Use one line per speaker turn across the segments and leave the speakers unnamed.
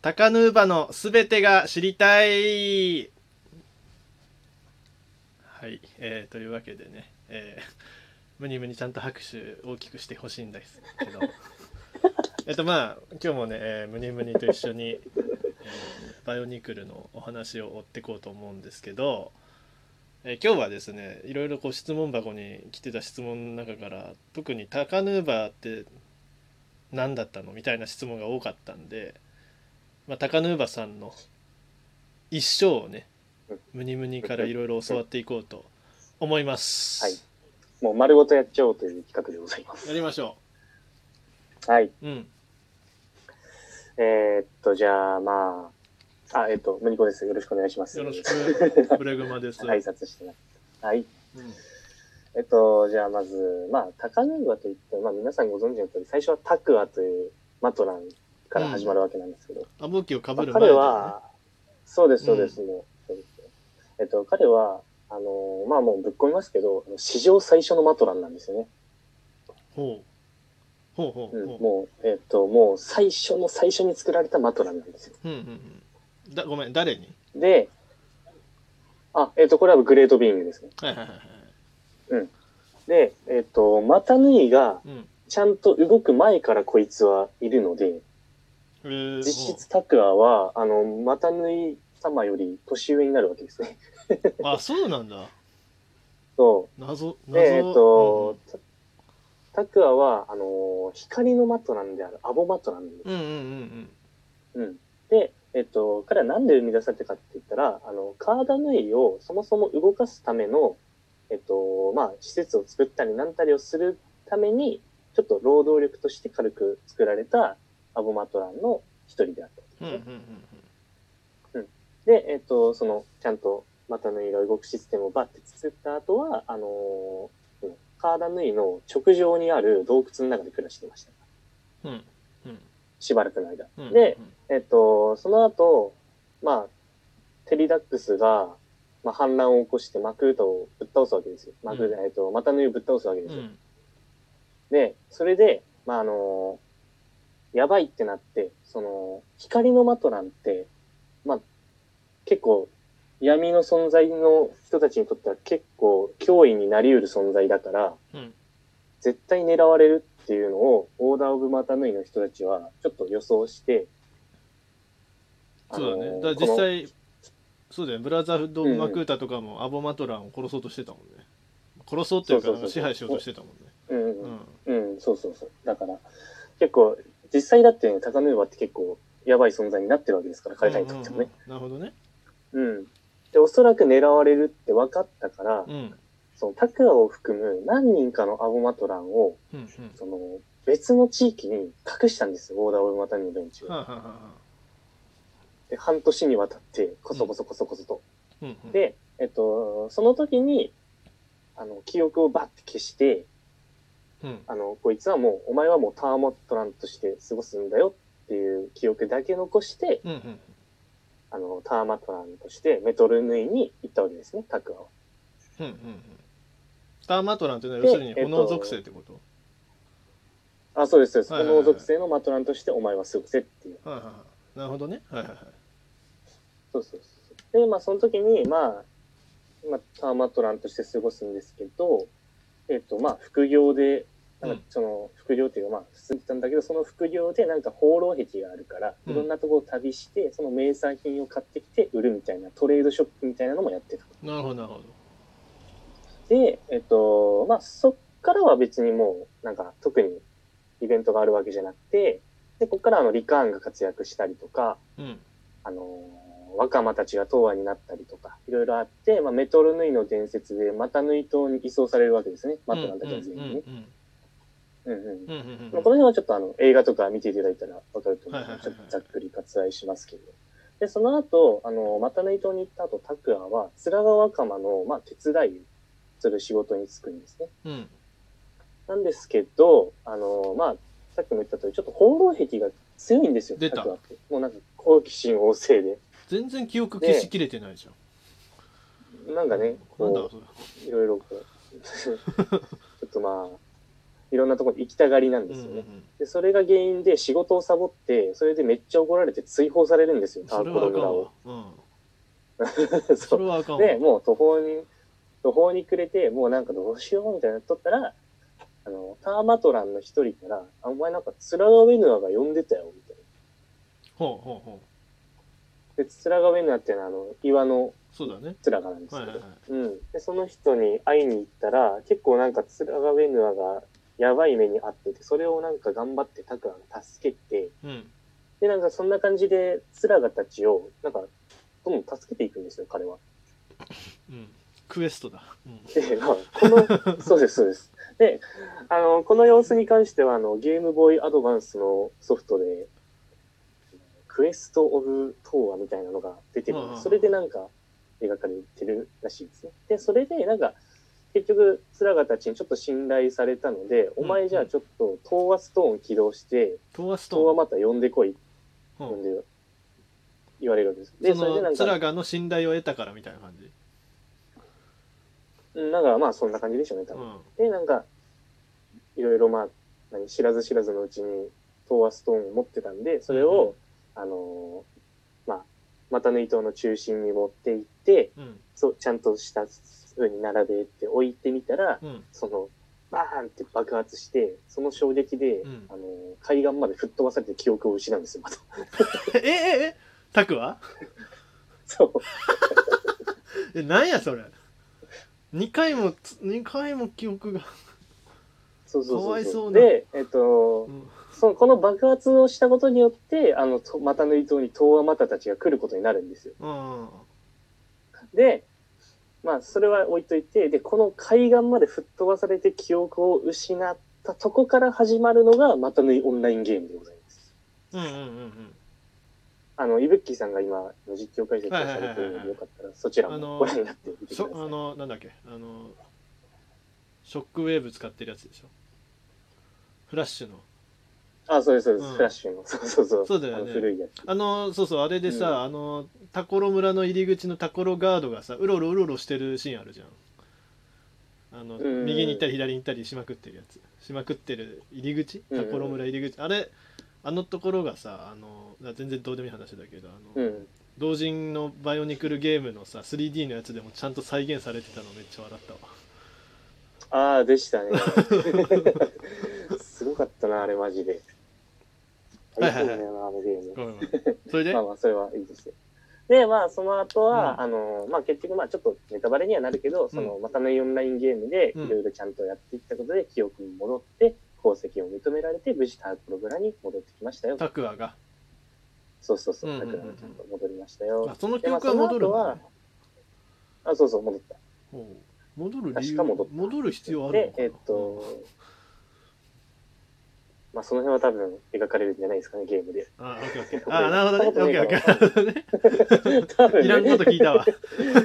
高ヌーバのすべてが知りたいはい、えーというわけでね、えームニムニちゃんと拍手大きくしてほしいんですけど えっとまあ今日もね、えームニムニと一緒に、えーバイオニクルのお話を追っていこうと思うんですけど、えー今日はですねいろいろこう質問箱に来てた質問の中から特に「タカヌーバーって何だったの?」みたいな質問が多かったんで、まあ、タカヌーバーさんの一生をねムニムニからいろいろ教わっていこうと思います。
はいもう丸ごとやっちゃおうという企画でございま
やりましょ
す。はい。
う。うん。
えーっと、じゃあ、まあ、あ、えっと、ムニコです。よろしくお願いします。
よろしく。ブレグマです。
挨拶してない。はい。
うん
えっと、じゃあ、まず、まあ、高ヌーバといって、まあ、皆さんご存知の通り、最初はタクアというマトランから始まるわけなんですけど、
あ、武器をか
ま
ぶ
あ
る前
彼
だね
は、そうです、そうです、もう、そうです。えっと、彼は、あの、まあ、もうぶっ込みますけど、史上最初のマトランなんですよね。
ほう。ほうほ
うん
う、ほ
もう、えっと、もう最初の最初に作られたマトランなんですよ。
う。うんうんうん。だ、ごめん、誰に
で、あ、えっ、と、これはグレートビーイングですね。
はいはいはいはい。
で、えっ、と、マタヌイが
うん。
ちゃんと動く前からこいつはいるので、
えー
実質タクアは、あの、マタヌイ様より年上になるわけですね。
ほうあ、そうなんだ。
そ
謎、
う。
謎。
で、えっ、と、
うんうん
タタクアは、あの、光のマトランである、アボマトランです。
うんうんうん
うん。で、えっと、彼はなんで生み出されたかって言ったら、あの、カーダヌイをそもそも動かすための、えっと、まあ、施設を作ったりなんたりをするために、ちょっと労働力として軽く作られたアボマトランの一人であった。
うん。うんうんうん
で、えっと、その、ちゃんとマタヌイが動くシステムをバッて作った後は、あのーうんカーダヌイの直上にある洞窟の中で暮らしてました。
うん。うんうん
しばらくの間。
うん。
で、、えっと、その後、まあ、テリダックスが、まあ、反乱を起こしてマクートをぶっ倒すわけですよ。マクート、えっと、マタヌイをぶっ倒すわけで
う
すよ。
ん。
で、それで、まあ、あのーやばいってなって、その、光のマトランって、まあ、結構、闇の存在の人たちにとっては結構脅威になり得る存在だから、
うん。
絶対狙われるっていうのを、オーダーオブマタヌイの人たちは、ちょっと予想して、
そうだ
あ
ね。
のー
だから
この
実際、そうだよね。ブラザーフッド・マクータとかもアボマトランを殺そうとしてたもんね。殺そうっていうか、
そう
なんか
そうそう
支配しようとしてたもんね。
うんうん
うん。
うん、そうそうそう。だから、結構、実際だってね、高ヌーバって結構、やばい存在になってるわけですから、彼らにとってもね。
うんうんうんなるほどね。
うん。で、おそらく狙われるって分かったから、
うん。うん
その、タクアを含む何人かのアボマトランを、
うん。
その、別の地域に隠したんですよ、オーダーオブマタヌイの連中
は。あはあはあはあ
で、半年にわたって、こそこそこそこそと。
うんうん。
で、えっと、その時に、あの、記憶をバッて消して、
うん。
あの、こいつはもう、お前はもうターモットランとして過ごすんだよっていう記憶だけ残して、
うんうん。
あの、ターマトランとしてメトルヌイに行ったわけですね、タクアは。
うんうんうん。ターマトランっていうのは要するに炎属性ってこと、
あ、そうです、そうです。
はい
こ
はいはい
の属性のマトランとしてお前は過ごせっていう。
はいはいはい。なるほどね。はいはいはい。
そうそうそう。で、まあ、その時に、まあ、まあ、ターマトランとして過ごすんですけど、えっ、と、まあ、副業で、なん
う
か
ん
その、副業っていうか、まあ、進んでたんだけど、その副業でなんか放浪癖があるから、
うん
いろんなところを旅して、その名産品を買ってきて売るみたいな、トレードショップみたいなのもやってた。
なるほどなるほど。
で、えっと、まあ、そっからは別にもう、なんか、特にイベントがあるわけじゃなくて、で、こっからあの、リカーンが活躍したりとか、
うん。
あのー若間たちが東亜になったりとか、いろいろあって、まあ、メトロヌイの伝説で、マタヌイ島に移送されるわけですね。マトランたちは全員ね。うんう
うん
ん。
うんうんうん
まあこの辺はちょっとあの、映画とか見ていただいたらわかると思うの
はいはいはいはい
で、ちょっとざっくり割愛しますけど。で、その後、あの、マタヌイ島に行った後、タクアは、面川若間の、まあ、手伝いをする仕事に就くんですね。
うん。
なんですけど、あのまあ、さっきも言った通り、ちょっと放浪癖が強いんですよ、
出た
タクアって。もうなんか、好奇心旺盛で。
全然記憶消しきれてないじゃ
なん
ん。
かね、
なんだろう
こ
それ。
う、いろいろこう、ちょっとまあ、いろんなところに行きたがりなん
う
で
ん
す
う
よね。
ん
で、それが原因で仕事をサボって、それでめっちゃ怒られて追放されるんですよ、タ
それ
ーコ
は
ロ
あか
グラ
ん
を
わ。。うん。
そう
それはあかんわ。
で、もう途方に、途方に暮れて、もうなんかどうしようみたいになっとったら、あの、ターマトランの一人から、あお前なんかツラガウェヌアが呼んでたよ、みたい
ほうほうほう。
な。で、ツラガウェヌアっていうのはあの、岩の
そうだね。
ツラガなんです
はい
け
はいは
ど
い。。
うん。で、その人に会いに行ったら、結構なんかツラガウェヌアがやばい目に遭ってて、それをなんか頑張ってタクアが助けて、
うん。
で、なんかそんな感じで、ツラガたちを、なんか、どんどん助けていくんですよ、彼は。
うん。クエストだ。うん。
で、まあ、この、そうです、そうです。で、あの、この様子に関しては、あの、ゲームボーイアドバンスのソフトで、クエスト・オブ・トーアみたいなのが出てる
うんうんうん。
それでなんか、描かれてるらしいですね。で、それで、なんか、結局、ツラガたちにちょっと信頼されたので、お前じゃあちょっと、トーアストーン起動して、
トーアス
トーア
ト
また呼んでこい、
ーン。
呼
うんん
で、言われるわけです。で、
そ
それでな
の
ん
ツラ
か、
ガの信頼を得たからみたいな感じ。
うんなんかまあ、そんな感じでしょうね、多
う
分。
ん。
で、なんか、いろいろまあ、何、知らず知らずのうちに、トーアストーンを持ってたんで、それを、あのーまあ、マタヌイ島の中心に持って行って、
うん。
そう、ちゃんとした風に並べて置いてみたら、
うん。
その、バーンって爆発して、その衝撃で、
うん
あのー海岸まで吹っ飛ばされて記憶を失うんですよ、また。
え、え、え、え、タクは
そう。
え、なんやそれ。2回もつ、二回も記憶が。
そうそうそうそう。
かわいそうな
で、えっと
う、ん。
その、この爆発をしたことによって、あの、とマタヌイ島にトーアマタたちが来ることになるんですよ。
うん。
で、まあ、それは置いといて、で、この海岸まで吹っ飛ばされて記憶を失ったとこから始まるのが、またぬいオンラインゲームでございます。
うんうんうん
あの、いぶっきーさんが今、実況解説をされているので、よかったら、そちら
あの
もご覧になってみ
うん。
てくだ
そ
さい。
あの、なんだっけ、あの、ショックウェーブ使ってるやつでしょ。フラッシュの。
あそうです、そうです、
うん
フラッシュの。そうそうそう。
そうだよね
あの古いやつ。
あの、そうそう、あれでさ、
う
あの、タコロ村の入り口のタコロガードがさ、うろうろうろうろしてるシーンあるじゃん。あの、
うん
右に行ったり左に行ったりしまくってるやつ。しまくってる入り口
うん
タコロ村入り口。あれ、あのところがさ、あの、な全然どうでもいい話だけど、あ
う
の、
ん。
同人のバイオニクルゲームのさ、3D のやつでもちゃんと再現されてたのめっちゃ笑ったわ。
ああ、でしたね。 すごかったな、あれ、マジで。あ
は
り
い
が
は
と
いうはい
だよな、あのゲーム。
ごめんごめん それで、
まあまあ、それはいいですよ。で、まあ、その後は、
うん
あの、まあ結局、まあちょっとネタバレにはなるけど、その、またのオンラインゲームで、い
うん
ろいろちゃんとやっていったことで、記憶に戻って、功績を認められて、無事タープログラに戻ってきましたよ。
タクアが。
そうそうそうう、
ん
タ
うんうん
ク
う
ラ
ん
もちゃんと戻りました
あ
よ。
その記
で、まあ
憶は
その
戻る
後
んだ
は
ね、
あ、そうそう、戻った。
ほう戻る理
確
由
か戻った
戻る必要あるの
で
か、な
えっと、まあその辺は多分描かれるんじゃないですかね、ゲ ームで。
あ、オッケーオッケー。あ、なるほどね。オッケーオッケー。
多分、ね、
いらんこと聞いたわ。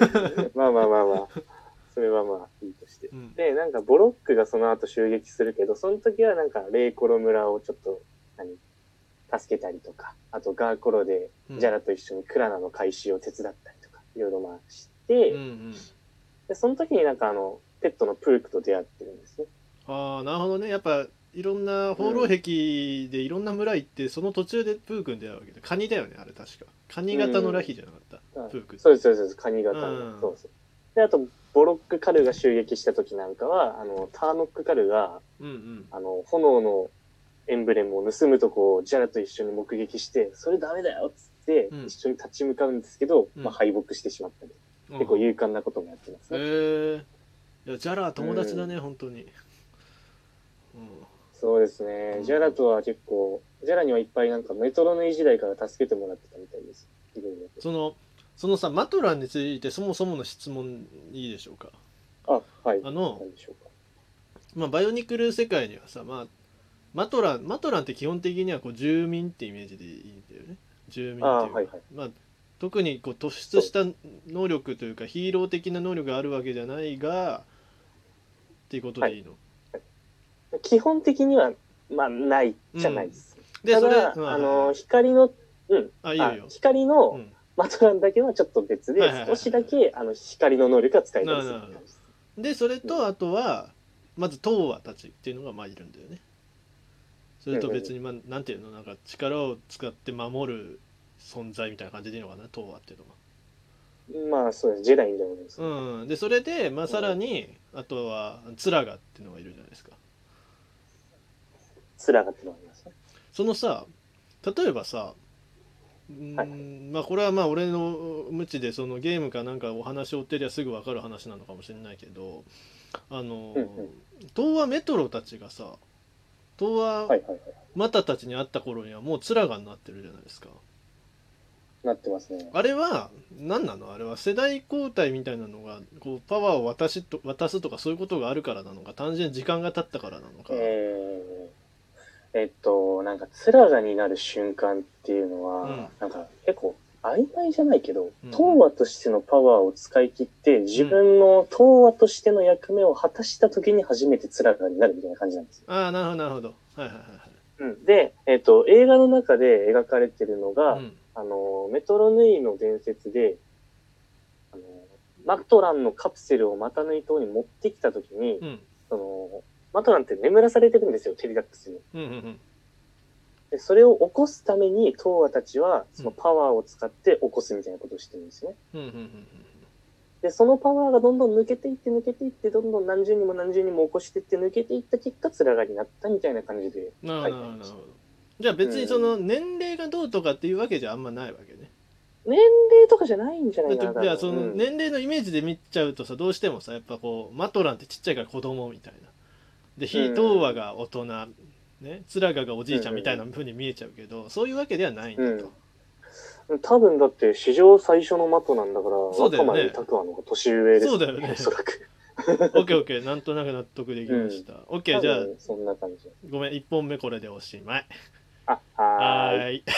まあまあまあまあ、それはまあいいとして。
うん。
で、なんかボロックがその後襲撃するけど、その時はなんかレイコロ村をちょっと、何、助けたりとか、あとガーコロで
うん
ジャラと一緒にクラナの回収を手伝ったりとか、いろいろまあして、
うんうん。
で、その時になんかあの、ペットのプルクと出会ってるんですね。
ああ、なるほどね。やっぱ、いろんな放浪壁でいろんな村行って、その途中でプー君出会うわけで。カニだよね、あれ確か。カニ型のラヒじゃなかった。
うん
プー君。
そうです、そうですそうです、カニ型
うん
の。そうそう。で、あと、ボロックカルが襲撃した時なんかは、あの、ターノックカルが、
うんうん。
あの、炎のエンブレムを盗むとこをジャラと一緒に目撃して、それダメだよっつって
うん、
一緒に立ち向かうんですけど、
うん
まあ敗北してしまったり、
うん
結構勇敢なこともやってます
へ
ね。
え。いや、ジャラは友達だね、本当に。
そうです
う
ね
ん。
ジャラとは結構、ジャラにはいっぱいなんかメトロネイ時代から助けてもらってたみたいです。いろいろ
その、そのさ、マトランについてそもそもの質問いいでしょうか。
と。あ、はい。
あの
なんでしょうか。
まあ、バイオニクル世界にはさ、まあ、マトランマトランって基本的にはこう住民ってイメージでいいんだよね住民っていうか
あーはいはい
まあ、特にこう突出した能力というかヒーロー的な能力があるわけじゃないがっていうことでいいの、
基本的には、まあ、ないじゃないです。
で
た
それ
だ、
うん
あの、光の、うん。
あいいよ
あ
いいよ、
光の、
うん、
マトランだけはちょっと別で
はいはいは、い
少しだけ、あの、光の能力が使えたりする
なるほどでそれとあとはまず東和たちっていうのがまあいるんだよねそれと別にまあなんていうのなんか力を使って守る存在みたいな感じでいいのかな東和っていうのは
まあそうです。ジェダイみたいなもんです。
うん、でそれで、まあ、さらに、あとはツラガっていうのがいるじゃないですか
つらがってのがありますね。
そのさ例えばさうーん、
はい
まあこれはまあ俺の無知でそのゲームかなんかお話を追ってりゃすぐ分かる話なのかもしれないけどあの、
うんうん
東亜メトロたちがさ東
は
亜
いはいはい。
マタたちに会った頃にはもうツラガになってるじゃないですか
なってますね。
あれは何なのあれは世代交代みたいなのがこうパワーを渡しと渡すとかそういうことがあるからなのか単純に時間が経ったからなのか、
えー、えっと、なんか、つらがになる瞬間っていうのは、
うん
なんか、結構、曖昧じゃないけど、
うん
東和としてのパワーを使い切って、自分の東和としての役目を果たした時に初めてつらがになるみたいな感じなんですよ。
ああなるほどなるほどはいはいはい
うん、で、えっと、映画の中で描かれてるのが、
はい、うん
あの、メトロヌイの伝説で、あの、マトランのカプセルをマタヌイ島に持ってきた時に、
うん
その、マトランって眠らされてるんですよ、テリダックスに。
うんうんうん
で、それを起こすために、東和たちは、そのパワーを使って起こすみたいなことをしてるんですね。
うんうんうんうん
で、そのパワーがどんどん抜けていって、抜けていって、どんどん何十人も何十人も起こしていって、抜けていった結果、つらがりになったみたいな感じで。
なるほ
はい
どなるほどなるほどじゃあ別にその年齢がどうとかっていうわけじゃあんまないわけね
年齢とかじゃないんじゃ
だ
ないかな。
ってじゃあその
うん
年齢のイメージで見ちゃうとさどうしてもさやっぱこうマトランってちっちゃいから子供みたいなで非東和が大人、ねつらががおじいちゃんみたいな風に見えちゃうけどそういうわけではないんだと、
多分だって史上最初のマトなんだから、
そうだよ
若
ね
間に拓の方が年上です、
そうだよね
おそらく。
オッケーオッケーなんとなく納得できました、オッケーじゃあ
多分そんな感じ。
ごめん1本目これでおしまい
あ、
は
はーい。
ーい